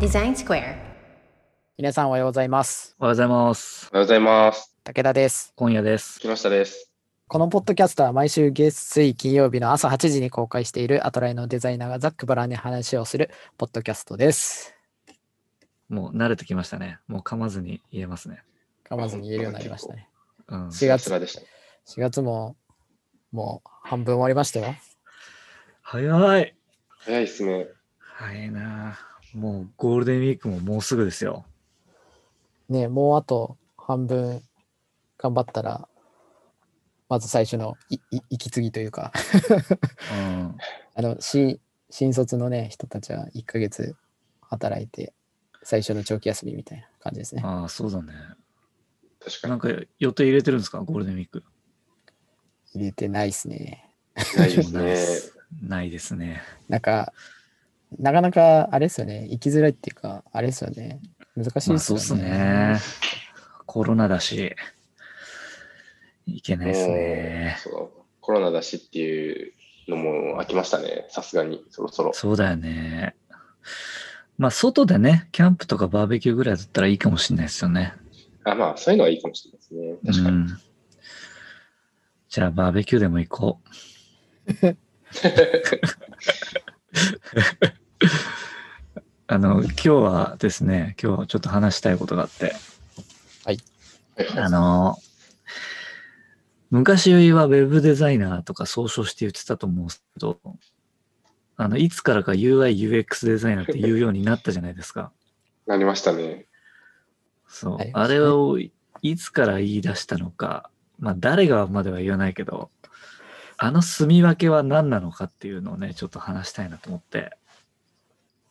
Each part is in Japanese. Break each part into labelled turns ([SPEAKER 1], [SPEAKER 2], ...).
[SPEAKER 1] デザインスクエア
[SPEAKER 2] 皆さんおはようございます。
[SPEAKER 3] おはようございます。
[SPEAKER 4] おはようございます。
[SPEAKER 2] 武田です。
[SPEAKER 3] 今夜です。
[SPEAKER 4] 木下です。
[SPEAKER 2] このポッドキャストは毎週月水金曜日の朝8時に公開しているアトライのデザイナーがザックバランに話をするポッドキャストです。
[SPEAKER 3] もう慣れてきましたね。もう噛まずに言えますね。
[SPEAKER 2] 噛まずに言えるようになりましたね。
[SPEAKER 3] うん。
[SPEAKER 2] 4
[SPEAKER 4] さ
[SPEAKER 2] 月
[SPEAKER 4] すがでした。
[SPEAKER 2] 4月ももう半分終わりましたよ。
[SPEAKER 3] 早い。
[SPEAKER 4] 早いですね。
[SPEAKER 3] 早いなあ。もうゴールデンウィークももうすぐですよ。
[SPEAKER 2] ねえもうあと半分頑張ったら、まず最初のいい息継ぎというか、
[SPEAKER 3] うん。
[SPEAKER 2] あの新新卒のね、人たちは1ヶ月働いて、最初の長期休みみたいな感じですね。
[SPEAKER 3] ああ、そうだね。
[SPEAKER 4] 確か
[SPEAKER 3] なんか予定入れてるんですかゴールデンウィーク。
[SPEAKER 2] 入れてないですね。
[SPEAKER 4] に。ないで
[SPEAKER 3] もうないです
[SPEAKER 4] す
[SPEAKER 3] ないですね。
[SPEAKER 2] なんか、なかなかあれですよね、行きづらいっていうか、あれですよね、難しい
[SPEAKER 3] ま
[SPEAKER 2] で
[SPEAKER 3] あ
[SPEAKER 2] す
[SPEAKER 3] そう
[SPEAKER 2] よ
[SPEAKER 3] っ
[SPEAKER 2] ね。
[SPEAKER 3] すね。コロナだし。いけないですね
[SPEAKER 4] ね。。そうコロナだしっていうのも飽きましたね。さすがに、そろそろ。
[SPEAKER 3] そうだよね。まあ外でね、キャンプとかバーベキューぐらいだったらいいかもしれないですよね。
[SPEAKER 4] あ、まあ、そういうのはいいかもしれないですね。確かに。
[SPEAKER 3] うん、じゃあ、バーベキューでも行こう。 あの、今日はですね、今日ちょっと話したいことがあって、あの、昔はウェブデザイナーとか総称して言ってたと思うんですけど、あの、いつからか UI、UX デザイナーって言うようになったじゃないですか。
[SPEAKER 4] なりましたね。
[SPEAKER 3] そう、
[SPEAKER 2] はい
[SPEAKER 3] あれをいいつから言い出したのか、まあ誰がまでは言わないけど、あの住み分けは何なのかっていうのをね、ちょっと話したいなと思って。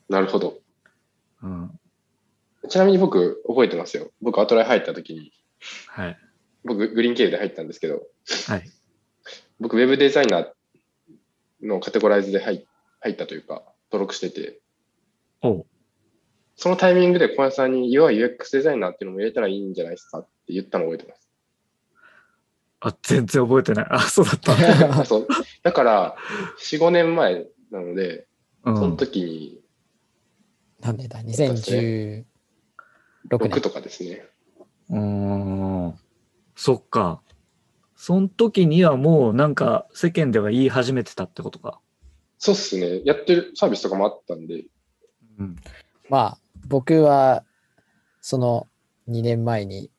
[SPEAKER 4] なるほど。
[SPEAKER 3] うん。
[SPEAKER 4] ちなみに僕、覚えてますよ。僕、アトライ入った時に、
[SPEAKER 3] はい。
[SPEAKER 4] 僕、グリーン経由で入ったんですけど、
[SPEAKER 3] はい。
[SPEAKER 4] 僕、ウェブデザイナーのカテゴライズで入入ったというか、登録してて、
[SPEAKER 3] おう
[SPEAKER 4] そのタイミングで小林さんに、いわゆる UX デザイナーっていうのも入れたらいいんじゃないですかって言ったのを覚えてます。
[SPEAKER 3] あ、全然覚えてない。あ、そうだった。
[SPEAKER 4] そうだから、4、5年前なので、
[SPEAKER 3] うん。
[SPEAKER 4] その時に
[SPEAKER 2] なんでだ、2016
[SPEAKER 4] 6
[SPEAKER 2] 年。
[SPEAKER 4] とかですね。
[SPEAKER 3] うーん。そっか。その時にはもうなんか世間では言い始めてたってことか。
[SPEAKER 4] そうっすね。やってるサービスとかもあったんで、
[SPEAKER 3] うん。
[SPEAKER 2] まあ、僕は、その2年前に、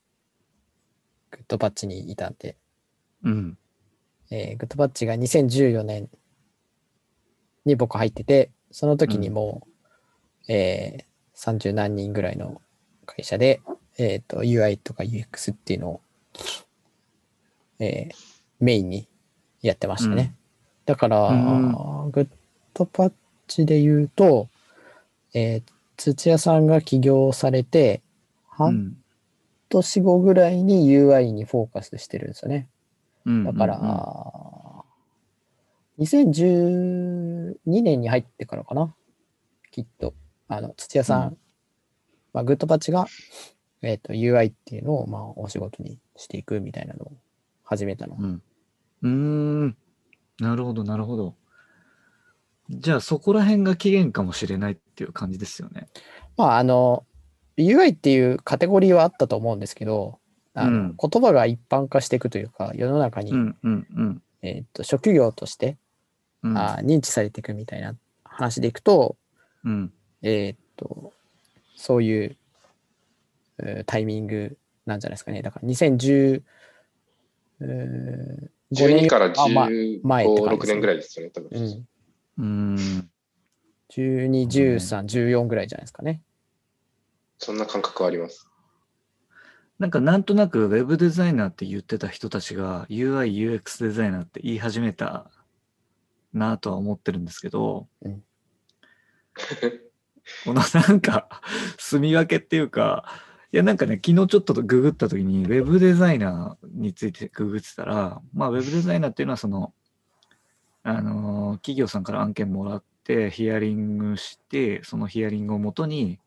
[SPEAKER 2] グッドパッチにいたんで、
[SPEAKER 3] うん。
[SPEAKER 2] えーグッドパッチが2014年に僕入ってて、その時にもう、えー、30何人ぐらいの会社で、えっ、と、UI とか UX っていうのを、えーメインにやってましたね。だから、
[SPEAKER 3] う
[SPEAKER 2] グッドパッチで言うと、えー土屋さんが起業されて、
[SPEAKER 3] う
[SPEAKER 2] 半
[SPEAKER 3] ん。
[SPEAKER 2] 年後ぐらいに UI にフォーカスしてるんですよね。
[SPEAKER 3] うん
[SPEAKER 2] だから、2012年に入ってからかな、きっと。あの土屋さん、
[SPEAKER 3] う
[SPEAKER 2] まあ、グッドパッチが、えー、と UI っていうのを、まあ、お仕事にしていくみたいなのを始めたの。
[SPEAKER 3] うん。うーん。なるほど、なるほど。じゃあそこら辺が起源かもしれないっていう感じですよね。
[SPEAKER 2] まああの UI っていうカテゴリーはあったと思うんですけど、あの
[SPEAKER 3] うん
[SPEAKER 2] 言葉が一般化していくというか、世の中に、
[SPEAKER 3] うんうんうん
[SPEAKER 2] えー、と職業として、
[SPEAKER 3] うん。
[SPEAKER 2] あー認知されていくみたいな話でいくと、
[SPEAKER 3] うん。
[SPEAKER 2] えーっと、そういうえータイミングなんじゃないですかね。だから2010、えー
[SPEAKER 4] 12から
[SPEAKER 2] あまあ
[SPEAKER 4] 15、
[SPEAKER 2] 前って感じですね
[SPEAKER 4] 6年ぐらいですよね、多分。
[SPEAKER 2] うん、
[SPEAKER 3] うーん。
[SPEAKER 2] 12、13、14ぐらいじゃないですかね。
[SPEAKER 4] そんな感覚はあります。
[SPEAKER 3] なんかなんとなくウェブデザイナーって言ってた人たちが UI、UX デザイナーって言い始めたなぁとは思ってるんですけど、
[SPEAKER 2] うん
[SPEAKER 3] このなんか住み分けっていうか、いやなんかね、昨日ちょっとググった時にウェブデザイナーについてググってたら、まあウェブデザイナーっていうのはその、あのー企業さんから案件もらってヒアリングして、そのヒアリングをもとに、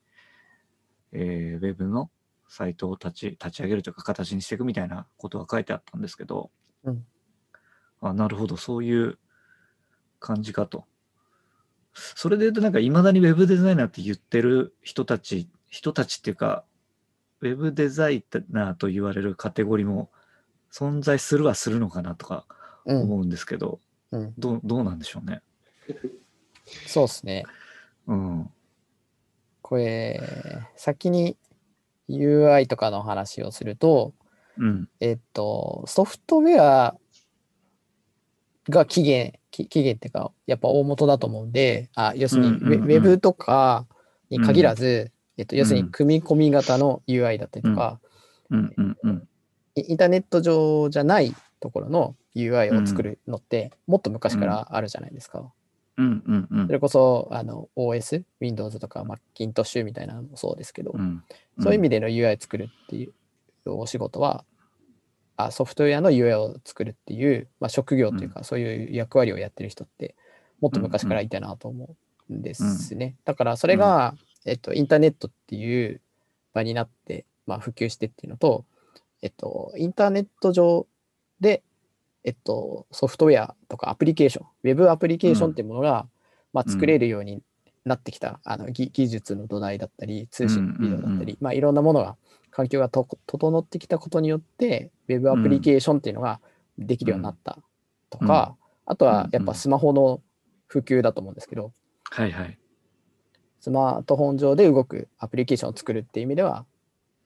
[SPEAKER 3] えーウェブのサイトを立ち立ち上げるというか形にしていくみたいなことが書いてあったんですけど、
[SPEAKER 2] うん
[SPEAKER 3] あなるほどそういう感じかとそれで言うと、なんか、いまだにウェブデザイナーって言ってる人たち、人たちっていうか、ウェブデザイナーと言われるカテゴリーも存在するはするのかなとか
[SPEAKER 2] うん。
[SPEAKER 3] 思うんですけど、
[SPEAKER 2] うん、
[SPEAKER 3] どうどうなんでしょうね。
[SPEAKER 2] そうですね。
[SPEAKER 3] うん。
[SPEAKER 2] これ、先に UI とかの話をすると、
[SPEAKER 3] うん。
[SPEAKER 2] えっと、ソフトウェアが起源、き起源っていうか、やっぱ大元だと思うんで、あ要するにウ
[SPEAKER 3] うんうんう
[SPEAKER 2] ェ
[SPEAKER 3] ん
[SPEAKER 2] ウェブとかに限らず、えっと、要する
[SPEAKER 3] うん
[SPEAKER 2] に組み込み型の UI だったりとか、
[SPEAKER 3] うん。うん。うん。
[SPEAKER 2] イインターネット上じゃないところの UI を作るのって、もっと昔からあるじゃないですか。
[SPEAKER 3] うん。うん。うん
[SPEAKER 2] それこそ、あの、OS、Windows とか Macintosh みたいなのもそうですけど、
[SPEAKER 3] うん。
[SPEAKER 2] そういう意味での UI 作るっていうお仕事は、あソフトウェアの UI を作るっていう、まあ、職業というか、そういう役割をやってる人って、もっと昔からいたなと思うんですね。だから、それが、えっと、インターネットっていう場になって、まあ、普及してっていうのと、えっと、インターネット上で、えっと、ソフトウェアとかアプリケーション、ウェブアプリケーションっていうものが、まあ、作れるようになってきた、あの技技術の土台だったり、通信ビデオだったり、
[SPEAKER 3] うんうんうん
[SPEAKER 2] まあ、いろんなものが、環境がと整ってきたことによって、ウェブアプリケーションっていうのができるようになったとか、あとはやっぱスマホの普及だと思うんですけど、
[SPEAKER 3] はいはい。
[SPEAKER 2] スマートフォン上で動くアプリケーションを作るっていう意味では、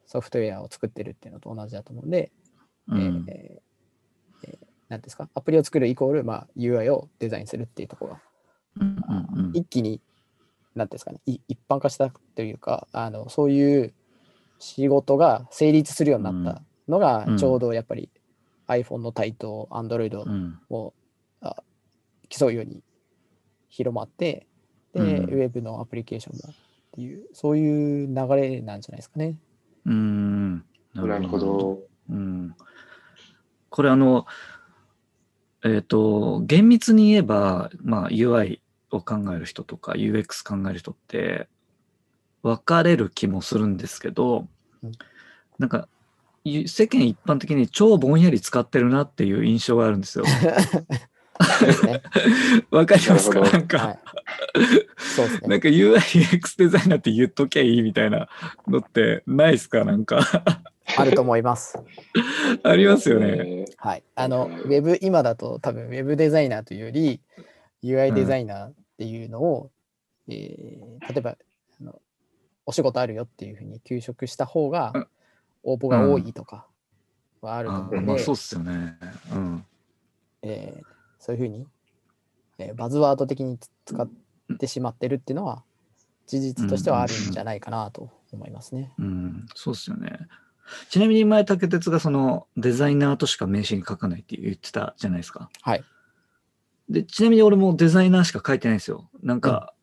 [SPEAKER 2] ソフトウェアを作ってるっていうのと同じだと思うんで、
[SPEAKER 3] う
[SPEAKER 2] えー
[SPEAKER 3] ん
[SPEAKER 2] えーえーなんですか、アプリを作るイコール、まあ、UI をデザインするっていうところが、
[SPEAKER 3] うんうん
[SPEAKER 2] 一気に、なんていうんですかね、い一般化したというか、あのそういう仕事が成立するようになったのが
[SPEAKER 3] うん、
[SPEAKER 2] ちょうどやっぱり iPhone の台頭、Android
[SPEAKER 3] うん
[SPEAKER 2] を、あ競うように広まって、で、
[SPEAKER 3] うん
[SPEAKER 2] ウェブのアプリケーションもっていう、そういう流れなんじゃないですか ね。
[SPEAKER 3] うん。
[SPEAKER 4] なるほ。ど。
[SPEAKER 3] うん、これあの、えっ、と、厳密に言えば、まあ、UI を考える人とか UX 考える人って分かれる気もするんですけど
[SPEAKER 2] うん、
[SPEAKER 3] なんか、い世間一般的に超ぼんやり使ってるなっていう印象があるんです よ。
[SPEAKER 2] そうですね。
[SPEAKER 3] わかりますか
[SPEAKER 4] なるほど
[SPEAKER 3] なんか、
[SPEAKER 2] はい。そうです
[SPEAKER 3] な
[SPEAKER 2] ね。
[SPEAKER 3] んか UIX デザイナーって言っときゃいいみたいなのってないですかなんか
[SPEAKER 2] あると思います。
[SPEAKER 3] ありますよね。
[SPEAKER 4] えー。
[SPEAKER 2] はい。あの、
[SPEAKER 4] は
[SPEAKER 2] ウ
[SPEAKER 4] いはい
[SPEAKER 2] ェブ、今だと多分、ウェブデザイナーというより、UI デザイナーっていうのを、えー例えばあの、お仕事あるよっていうふうに給食した方が
[SPEAKER 3] うん、
[SPEAKER 2] 応募が多いとかはあると
[SPEAKER 3] あ
[SPEAKER 2] 思う
[SPEAKER 3] ー
[SPEAKER 2] の
[SPEAKER 3] まあ
[SPEAKER 2] で
[SPEAKER 3] そうっ、すよね。うん。
[SPEAKER 2] えーそういうふうに、えーバズワード的につ使ってしまってるっていうのは、事実としてはあるんじゃないかなと思いますね。
[SPEAKER 3] うん、そうっすよね。ちなみに前、竹哲がそのデザイナーとしか名刺に書かないって言ってたじゃないですか。
[SPEAKER 2] はい。
[SPEAKER 3] で、ちなみに俺もデザイナーしか書いてないんですよ。なんか、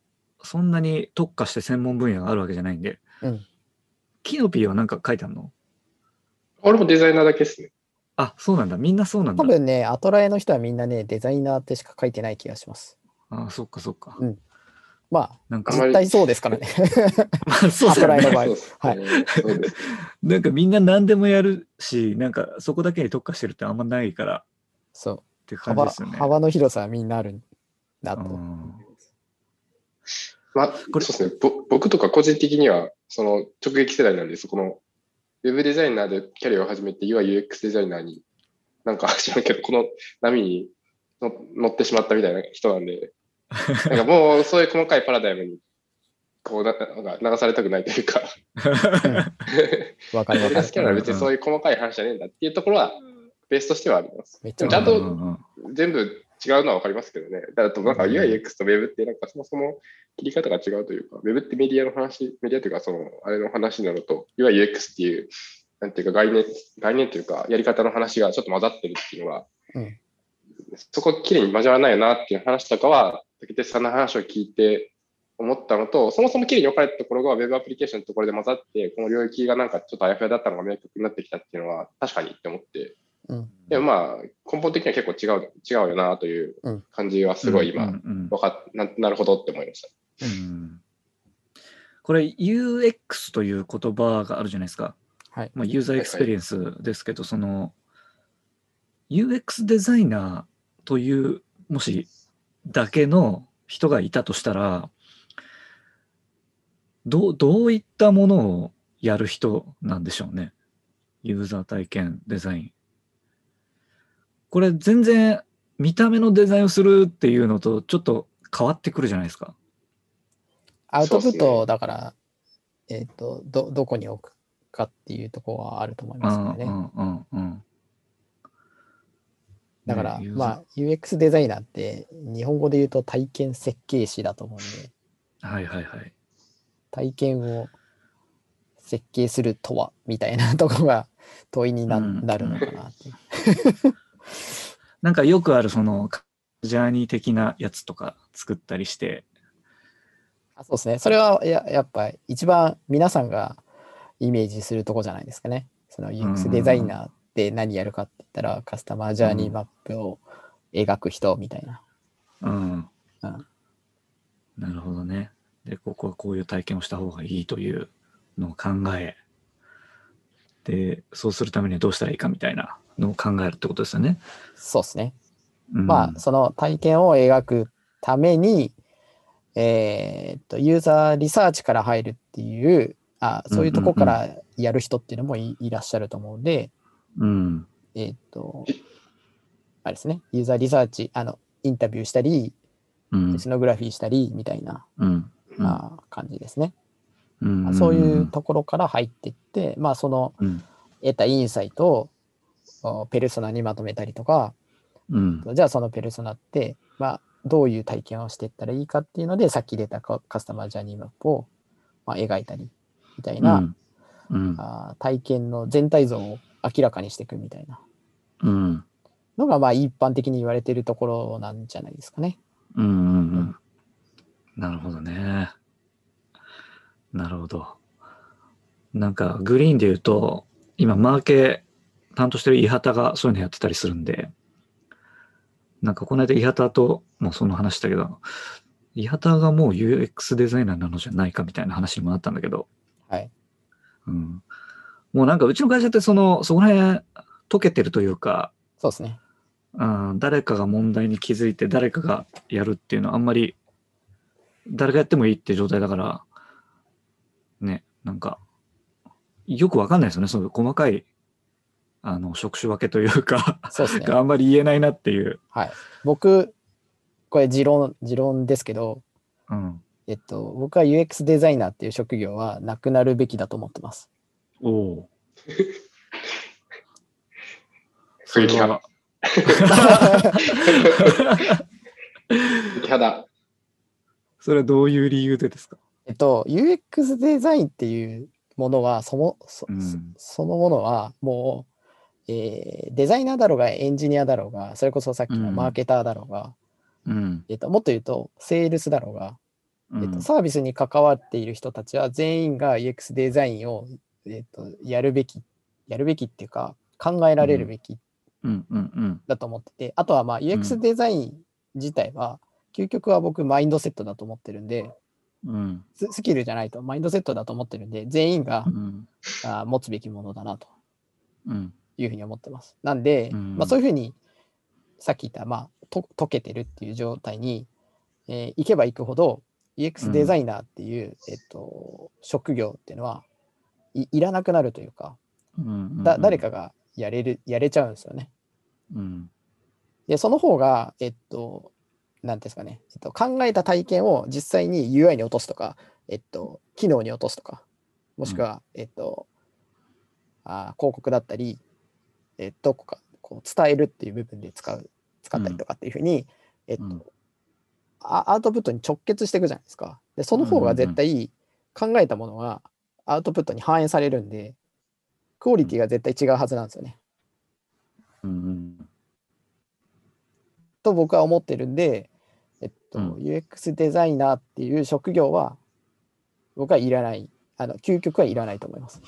[SPEAKER 3] そんなに特化して専門分野があるわけじゃないんで。
[SPEAKER 2] うん
[SPEAKER 3] キノピーは何か書いてあるの
[SPEAKER 4] 俺もデザイナーだけですね。
[SPEAKER 3] あ、そうなんだ。みんなそうなんだ
[SPEAKER 2] 多。分ね、アトラエの人はみんなね、デザイナーってしか書いてない気がします。
[SPEAKER 3] あ、そっかそっか。
[SPEAKER 2] うんま
[SPEAKER 3] なん
[SPEAKER 2] あ、
[SPEAKER 3] か
[SPEAKER 4] あ、ま
[SPEAKER 2] 絶
[SPEAKER 4] り
[SPEAKER 2] 対そうですからね。
[SPEAKER 3] まあ、そうっす
[SPEAKER 2] アト
[SPEAKER 3] よ
[SPEAKER 2] ライ
[SPEAKER 3] ね
[SPEAKER 2] の。場合
[SPEAKER 4] そうですね
[SPEAKER 2] は
[SPEAKER 4] そうです
[SPEAKER 3] なんかみんな何でもやるし、なんかそこだけに特化してるってあんまないから
[SPEAKER 2] そう。
[SPEAKER 3] って感じ
[SPEAKER 2] 幅
[SPEAKER 3] ですよね。
[SPEAKER 2] 幅の広さはみんなあるんだと。
[SPEAKER 3] うん
[SPEAKER 4] まあ、
[SPEAKER 3] こ
[SPEAKER 4] そう
[SPEAKER 3] れ
[SPEAKER 4] ですね。ぼ僕とか個人的には、その直撃世代なんで、そこの、ウェブデザイナーでキャリアを始めて、UI、UX デザイナーに、なんか知らんけど、この波にの乗ってしまったみたいな人なんで、なんかもうそういう細かいパラダイムに、こうな、なんか流されたくないというか、
[SPEAKER 2] わかるわ
[SPEAKER 4] 俺
[SPEAKER 2] か
[SPEAKER 4] が
[SPEAKER 2] る
[SPEAKER 4] 好き。なのは別にそういう細かい話じゃねえんだっていうところは、ベースとしてはあります。
[SPEAKER 2] めっち
[SPEAKER 4] で
[SPEAKER 2] ゃ
[SPEAKER 4] もちゃんと
[SPEAKER 3] うんうん
[SPEAKER 4] 全部違うのは分かりますけどね。だとなんか
[SPEAKER 3] うん
[SPEAKER 4] UIX と Web ってなんかそもそも切り方が違うというか、Web ってメディアの話、メディアというかそのあれの話なのと、UIX っていう、なんていうか概念、概念というかやり方の話がちょっと混ざってるっていうのは、
[SPEAKER 2] うん
[SPEAKER 4] そこきれいに交わらないよなっていう話とかは、竹手さんの話を聞いて思ったのと、そもそもきれいに分かれたところが Web アプリケーションのところで混ざって、この領域がなんかちょっとあやふやだったのが明確になってきたっていうのは確かにって思って、
[SPEAKER 2] うん
[SPEAKER 4] でもまあ、根本的には結構違う、違うよなという
[SPEAKER 2] うん
[SPEAKER 4] 感じはすごい今、
[SPEAKER 3] うんうん
[SPEAKER 4] わかっななるほどって思いました。
[SPEAKER 3] うんこれ UX という言葉があるじゃないですか。
[SPEAKER 2] はい
[SPEAKER 3] まあ、ユーザーエクスペリエンスですけど、その UX デザイナーというもしだけの人がいたとしたら、どう、どういったものをやる人なんでしょうね。ユーザー体験デザイン。これ全然見た目のデザインをするっていうのとちょっと変わってくるじゃないですか。
[SPEAKER 2] アウトプットをだから、えっ、と、ど、どこに置くかっていうところはあると思いますので
[SPEAKER 3] う
[SPEAKER 2] ね。
[SPEAKER 3] んうんうんうん。
[SPEAKER 2] だから、
[SPEAKER 3] ねユーザー
[SPEAKER 2] まあ、UX デザイナーって、日本語で言うと体験設計士だと思うんで、
[SPEAKER 3] はいはいはい。
[SPEAKER 2] 体験を設計するとは、みたいなところが問いにな,、
[SPEAKER 3] うん
[SPEAKER 2] なるのかなっていう。
[SPEAKER 3] なんかよくあるそのジャーニー的なやつとか作ったりして、
[SPEAKER 2] あそうですね。それはや、やっぱ、一番皆さんがイメージするとこじゃないですかね。その
[SPEAKER 3] うんうんう
[SPEAKER 2] UX
[SPEAKER 3] ん
[SPEAKER 2] デザイナーって何やるかって言ったら、カスタマージャーニーマップを描く人みたいな。
[SPEAKER 3] うん。
[SPEAKER 2] うん
[SPEAKER 3] なるほどね。で、ここはこういう体験をした方がいいというのを考え、で、そうするためにはどうしたらいいかみたいなのを考えるってことですよね。
[SPEAKER 2] そうですね。
[SPEAKER 3] うん、
[SPEAKER 2] まあ、その体験を描くために、えーっと、ユーザーリサーチから入るっていう、あそういうとこからやる人っていうのもい,、いらっしゃると思うので、
[SPEAKER 3] うん。
[SPEAKER 2] えーっと、あれですね、ユーザーリサーチ、あの、インタビューしたり、
[SPEAKER 3] うん
[SPEAKER 2] エ。スノグラフィーしたりみたいな、
[SPEAKER 3] うん。
[SPEAKER 2] まあ、感じですね、
[SPEAKER 3] うん
[SPEAKER 2] まあそういうところから入っていって、まあ、その
[SPEAKER 3] うん。
[SPEAKER 2] 得たインサイトをおペルソナにまとめたりとか、
[SPEAKER 3] うん。
[SPEAKER 2] じゃあそのペルソナって、まあ、どういう体験をしていったらいいかっていうのでさっき出たカカスタマージャーニーマップを、まあ、描いたりみたいな、
[SPEAKER 3] うん。
[SPEAKER 2] あー体験の全体像を明らかにしていくみたいな
[SPEAKER 3] うん。
[SPEAKER 2] のがまあ一般的に言われているところなんじゃないですかね。
[SPEAKER 3] うんうんうん。なるほどね。なるほど。なんか、グリーンで言うと、今、マーケ担当してる伊畑がそういうのやってたりするんで、なんか、この間伊畑ともその話したけど、伊畑がもう UX デザイナーなのじゃないかみたいな話にもなったんだけど、
[SPEAKER 2] はい、
[SPEAKER 3] うん。もうなんか、うちの会社って、その、そこら辺、溶けてるというか、
[SPEAKER 2] そうですね。
[SPEAKER 3] うん誰かが問題に気づいて誰かがやるっていうのはあんまり誰がやってもいいって状態だからねなんかよくわかんないですよねそういう細かいあの職種分けというか
[SPEAKER 2] そうですね。
[SPEAKER 3] があんまり言えないなっていう、
[SPEAKER 2] はい。僕、これ持論、持論ですけど、
[SPEAKER 3] うん、
[SPEAKER 2] えっと、僕は UX デザイナーっていう職業はなくなるべきだと思ってます。
[SPEAKER 3] おお
[SPEAKER 4] 過激派。 ただ、
[SPEAKER 3] それはどういう理由でですか、
[SPEAKER 2] えっと、UX デザインっていうものは、そもそ,そ、
[SPEAKER 3] うん
[SPEAKER 2] そのものはもう、えーデザイナーだろうがエンジニアだろうが、それこそさっきの
[SPEAKER 3] うん
[SPEAKER 2] マーケターだろうが、
[SPEAKER 3] うん
[SPEAKER 2] えっと、もっと言うと、セールスだろうが、
[SPEAKER 3] うん
[SPEAKER 2] えっと、サービスに関わっている人たちは全員が UX デザインを、えっと、やるべき、やるべきっていうか、考えられるべき
[SPEAKER 3] うんうんうん
[SPEAKER 2] だと思ってて、あとはまあ
[SPEAKER 3] う
[SPEAKER 2] UX
[SPEAKER 3] ん
[SPEAKER 2] デザイン自体は、究極は僕マインドセットだと思ってるんで、
[SPEAKER 3] うん
[SPEAKER 2] ススキルじゃないとマインドセットだと思ってるんで、全員が
[SPEAKER 3] うん
[SPEAKER 2] あー持つべきものだなと
[SPEAKER 3] うん
[SPEAKER 2] いうふうに思ってます。なんで、
[SPEAKER 3] うん
[SPEAKER 2] まあ、そういうふうにさっき言った、まあ、と溶けてるっていう状態に、えー行けば行くほど UX デザイナーっていう、えっと、職業っていうのはいいらなくなるというか、
[SPEAKER 3] うん
[SPEAKER 2] だ誰かがやれるやれちゃうんですよね。
[SPEAKER 3] うん
[SPEAKER 2] で、その方が、えっと、なんていうんですかね、えっと、考えた体験を実際に UI に落とすとか、えっと、機能に落とすとか、もしくは、えっと、あー広告だったり、えーどこかこう伝えるっていう部分で使う、使ったりとかっていうふうに、えっと、
[SPEAKER 3] うん
[SPEAKER 2] あアウトプットに直結していくじゃないですか。で、その方が絶対考えたものがアウトプットに反映されるんで、クオリティが絶対違うはずなんですよね。
[SPEAKER 3] うん
[SPEAKER 2] と僕は思ってるんで、えっと、
[SPEAKER 3] うん
[SPEAKER 2] UX デザイナーっていう職業は、僕はいらない。あの、究極はいらないと思います。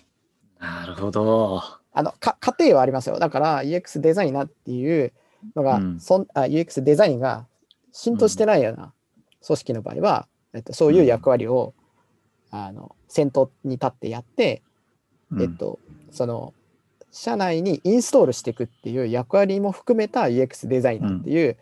[SPEAKER 3] なるほど
[SPEAKER 2] あの、か、過程はありますよ。だから、UX デザイナーっていうのが、
[SPEAKER 3] うん
[SPEAKER 2] そんあ、UX デザインが浸透してないような組織の場合は、えっと、そういう役割を、あの、先頭に立ってやって、えっと、その、社内にインストールしていくっていう役割も含めた UX デザイナーっていう、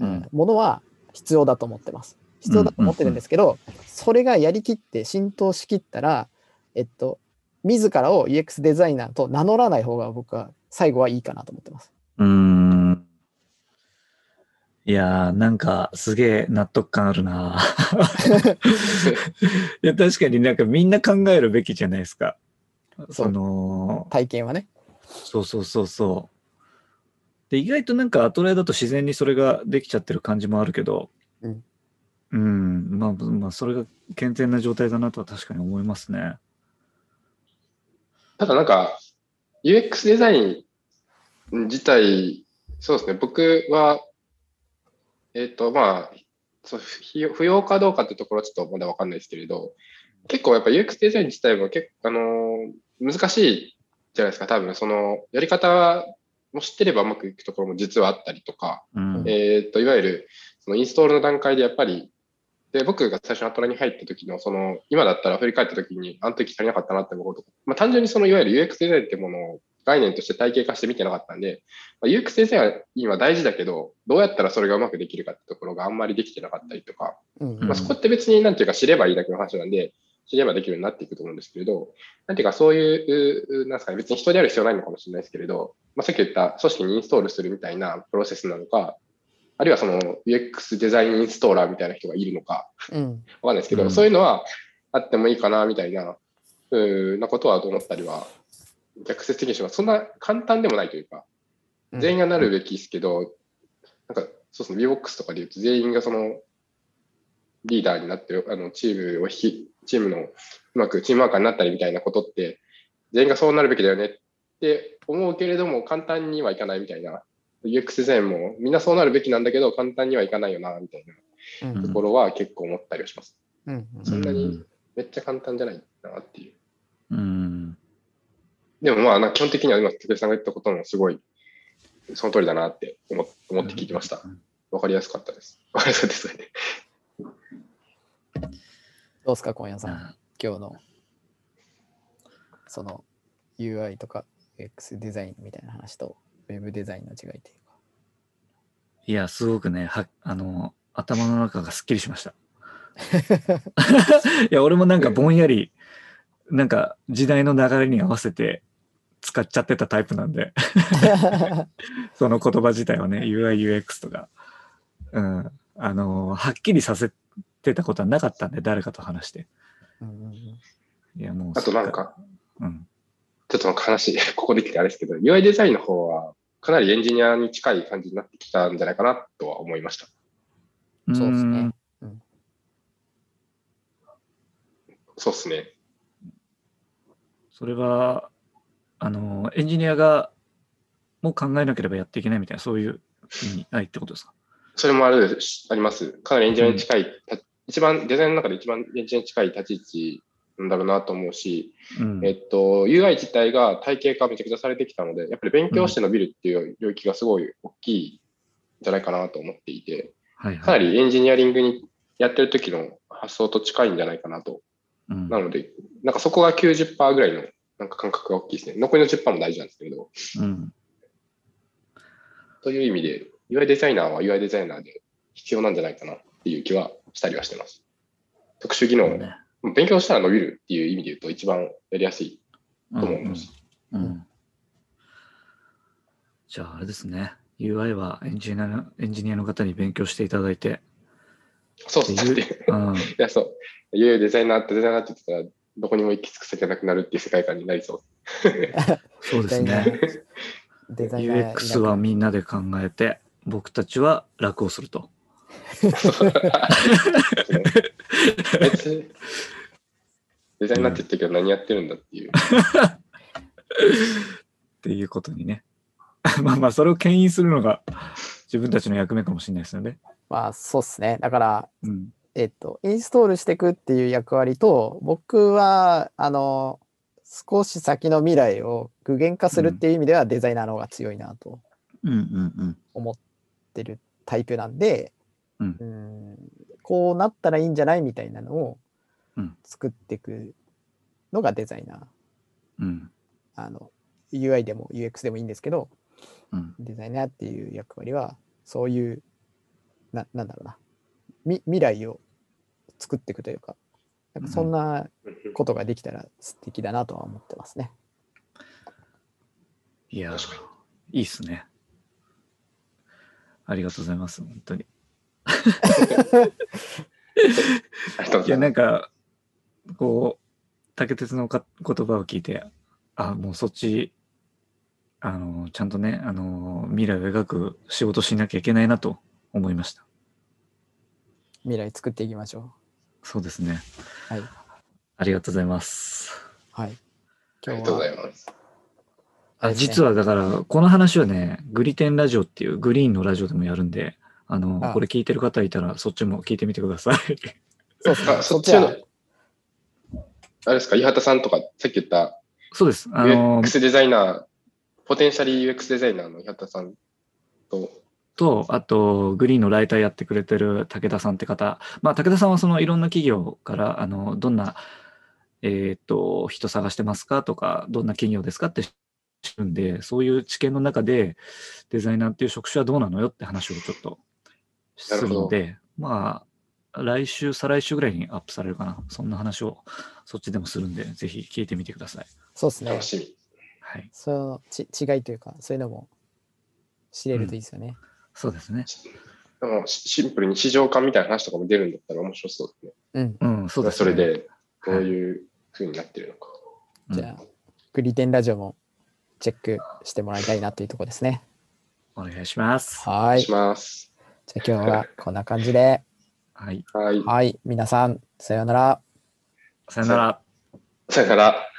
[SPEAKER 3] うん
[SPEAKER 2] うんものは必要だと思ってます。必要だと思ってるんですけど、それがやりきって浸透しきったら、えっと、自らを UX デザイナーと名乗らない方が僕は最後はいいかなと思ってます。
[SPEAKER 3] うーん。いやー、なんかすげえ納得感ある ないや、確かになんかみんな考えるべきじゃないですか。
[SPEAKER 2] そう
[SPEAKER 3] その、
[SPEAKER 2] 体験はね。
[SPEAKER 3] そうそうそうそう。で、意外となんかアトライだと自然にそれができちゃってる感じもあるけど、
[SPEAKER 2] うん。
[SPEAKER 3] うん、まあ、まあ、それが健全な状態だなとは確かに思いますね。
[SPEAKER 4] ただなんか、UX デザイン自体、そうですね、僕は、えっ、と、まあ、そう不要不要かどうかってところはちょっとまだわかんないですけれど、結構やっぱ UX デザイン自体も結構、あのー難しいじゃないですか、多分、その、やり方も知ってればうまくいくところも実はあったりとか、
[SPEAKER 3] うん。
[SPEAKER 4] えーっと、いわゆる、そのインストールの段階でやっぱり、で、僕が最初のアトラに入った時の、その、今だったら振り返った時に、あの時足りなかったなって思うこと、まあ単純にその、いわゆる UX デザインってものを概念として体系化して見てなかったんで、まあ、UX デザインは今大事だけど、どうやったらそれがうまくできるかってところがあんまりできてなかったりとか、
[SPEAKER 2] うん
[SPEAKER 3] う
[SPEAKER 4] まあ、
[SPEAKER 3] ん
[SPEAKER 4] そこって別になんていうか知ればいいだけの話なんで、知ればできるようになっていくと思うんですけれど、なんていうかそういう、うなんですかね、別に人である必要ないのかもしれないですけれど、まあ、さっき言った組織にインストールするみたいなプロセスなのか、あるいはその UX デザインインストーラーみたいな人がいるのか、
[SPEAKER 2] うん
[SPEAKER 4] わかんないですけど、
[SPEAKER 3] うん
[SPEAKER 4] そういうのはあってもいいかなみたいな、うーなことは思ったりは、逆説的にします。そんな簡単でもないというか、
[SPEAKER 2] うん
[SPEAKER 4] 全員がなるべきですけど、なんか、そうですね、VBOX とかで言うと、全員がその、リーダーになって、あの、チームを引き、チームの、うまくチームワーカーになったりみたいなことって、全員がそうなるべきだよねって思うけれども、簡単にはいかないみたいな。UX デザインも、みんなそうなるべきなんだけど、簡単にはいかないよな、みたいな
[SPEAKER 2] うん
[SPEAKER 4] ところは結構思ったりはします。
[SPEAKER 2] うん
[SPEAKER 4] そんなにめっちゃ簡単じゃないなっていう。
[SPEAKER 3] うん。
[SPEAKER 4] でもまあ、なんか基本的には今、武井さんが言ったこともすごい、その通りだなって思思って聞いてました。わかりやすかったです。わかりやすかったですよね。
[SPEAKER 2] どうですか、今夜さん。
[SPEAKER 3] あ
[SPEAKER 2] 今日のその UI とか UX デザインみたいな話と Web デザインの違いというか。
[SPEAKER 3] いや、すごくね、は、あの、頭の中がすっきり しました。いや、俺もなんかぼんやり、なんか時代の流れに合わせて使っちゃってたタイプなんで、 その言葉自体はね、UI、UX とか、うん、あの、はっきりさせてたことはなかったんで、誰かと話して。
[SPEAKER 2] うんうんうん
[SPEAKER 3] いや、もう
[SPEAKER 4] あ
[SPEAKER 3] す
[SPEAKER 4] と
[SPEAKER 3] っか
[SPEAKER 4] な
[SPEAKER 3] り、
[SPEAKER 4] んか、
[SPEAKER 3] うん。
[SPEAKER 4] ちょっとなんか話、 ここできてあれですけど、UI デザインの方は、かなりエンジニアに近い感じになってきたんじゃないかなとは思いました。
[SPEAKER 2] そうですね
[SPEAKER 3] ん。
[SPEAKER 4] そうですね。
[SPEAKER 3] それは、あの、エンジニアが、もう考えなければやっていけないみたいな、そういう意味合いってことですか
[SPEAKER 4] それもあるし、あります。かなりエンジニアに近い、た一番、デザインの中で一番エンジニアに近い立ち位置なんだろうなと思うし、
[SPEAKER 3] うん
[SPEAKER 4] えっと、UI 自体が体系化めちゃくちゃされてきたので、やっぱり勉強して伸びるっていう領域がすごい大きいんじゃないかなと思っていて、
[SPEAKER 3] はい
[SPEAKER 4] か
[SPEAKER 3] は。
[SPEAKER 4] ないりエンジニアリングにやってる時の発想と近いんじゃないかなと。
[SPEAKER 3] うん
[SPEAKER 4] なので、なんかそこが90%ぐらいのなんか感覚が大きいですね。残りの10%も大事なんですけれど、
[SPEAKER 3] うん
[SPEAKER 4] という意味で、UI デザイナーは UI デザイナーで必要なんじゃないかなっていう気はしたりはしてます。特殊技能、
[SPEAKER 3] ね
[SPEAKER 4] 勉強したら伸びるっていう意味で言うと一番やりやすいと思います。
[SPEAKER 3] うんうんじゃああれですね UI はエンジニアのエンジニアの方に勉強していただいて、
[SPEAKER 4] そうですね。
[SPEAKER 3] うん、
[SPEAKER 4] いや、そう。いよいよデザイナーってデザイナーって言ってたら、どこにも行き着く先がなくなるっていう世界観になりそう。
[SPEAKER 3] そ
[SPEAKER 2] デ
[SPEAKER 3] うで
[SPEAKER 2] ザ
[SPEAKER 3] す
[SPEAKER 2] イナ
[SPEAKER 3] ね
[SPEAKER 2] ー。デザイナーいなくなる
[SPEAKER 3] UX はみんなで考えて僕たちは楽をすると
[SPEAKER 4] 別にデザイナーって言ったけど何やってるんだっていう。
[SPEAKER 3] っていうことにね まあまあそれを牽引するのが自分たちの役目かもしれないですよね、
[SPEAKER 2] まあそうっすね。だから、
[SPEAKER 3] うん、
[SPEAKER 2] えっと、インストールしていくっていう役割と、僕は、あの、少し先の未来を具現化するっていう意味ではデザイナーの方が強いなと
[SPEAKER 3] うんうん
[SPEAKER 2] 思ってるタイプなんで、
[SPEAKER 3] うん
[SPEAKER 2] んこうなったらいいんじゃないみたいなのを
[SPEAKER 3] うん
[SPEAKER 2] 作っていくのがデザイナー。
[SPEAKER 3] うんうん
[SPEAKER 2] あの UI でも UX でもいいんですけど、
[SPEAKER 3] うん
[SPEAKER 2] デザイナーっていう役割は、そういう、ななんだろうな、み未来を作っていくというか、なんかそんなことができたら素敵だなとは思ってますね。
[SPEAKER 3] いや
[SPEAKER 4] 確
[SPEAKER 3] ー、いいっすね。ありがとうございます、本当に。
[SPEAKER 4] ありがとうご
[SPEAKER 3] い
[SPEAKER 4] ざ
[SPEAKER 3] や、
[SPEAKER 4] いま
[SPEAKER 3] なんか、こう、竹鉄のか言葉を聞いて、あ、もうそっち、あの、ちゃんとね、あの、未来を描く仕事しなきゃいけないなと思いました。
[SPEAKER 2] 未来作っていきましょ
[SPEAKER 3] そうですね。
[SPEAKER 2] はい。
[SPEAKER 3] ありがとうございます。
[SPEAKER 2] う。はい。
[SPEAKER 4] す。ありがとうございます。
[SPEAKER 3] あ実
[SPEAKER 2] は
[SPEAKER 3] はだから、この話はね、グリテンラジオっていうグリーンのラジオでもやるんで、あの、
[SPEAKER 2] あ
[SPEAKER 3] これ聞いてる方いたら、そっちも聞いてみてく ださい。
[SPEAKER 2] そうですねそ
[SPEAKER 4] あ、そ
[SPEAKER 2] っ
[SPEAKER 4] っ
[SPEAKER 2] ち
[SPEAKER 4] ちの
[SPEAKER 2] は、
[SPEAKER 4] あれですか、伊畑さんとか、さっき言った
[SPEAKER 3] そうです。あの、
[SPEAKER 4] UX デザイナー、ポテンシャリー UX デザイナーの伊畑さんと、
[SPEAKER 3] と、あと、グリーンのライターやってくれてる武田さんって方。まあ、武田さんはそのいろんな企業から、あの、どんな、えーっと、人探してますかとか、どんな企業ですかって知るんで、そういう知見の中で、デザイナーっていう職種はどうなのよって話をちょっとするので、まあ、来週、再来週ぐらいにアップされるかな。そんな話をそっちでもするんで、ぜひ聞いてみてください。
[SPEAKER 2] そうですね
[SPEAKER 4] 楽。しみ。
[SPEAKER 3] はい。
[SPEAKER 2] そのち違いというか、そういうのも知れるといいですよね。
[SPEAKER 3] そうですね。
[SPEAKER 4] でもシシンプルに市場感みたいな話とかも出るんだったら面白そうですね。
[SPEAKER 2] うん。
[SPEAKER 3] うん、そうです、
[SPEAKER 4] そ
[SPEAKER 3] ね。
[SPEAKER 4] れで、どう
[SPEAKER 3] はい
[SPEAKER 4] いう風になってるのか。
[SPEAKER 3] うん
[SPEAKER 2] じゃあ、グリテンラジオもチェックしてもらいたいなというところですね。
[SPEAKER 3] お願いします。
[SPEAKER 2] はい。
[SPEAKER 4] し
[SPEAKER 2] じゃ
[SPEAKER 4] ます。
[SPEAKER 2] あ今日はこんな感じで、
[SPEAKER 3] はい。
[SPEAKER 4] はい。
[SPEAKER 2] はい。皆さん、さようなら。
[SPEAKER 3] さよなら。
[SPEAKER 4] さよなら。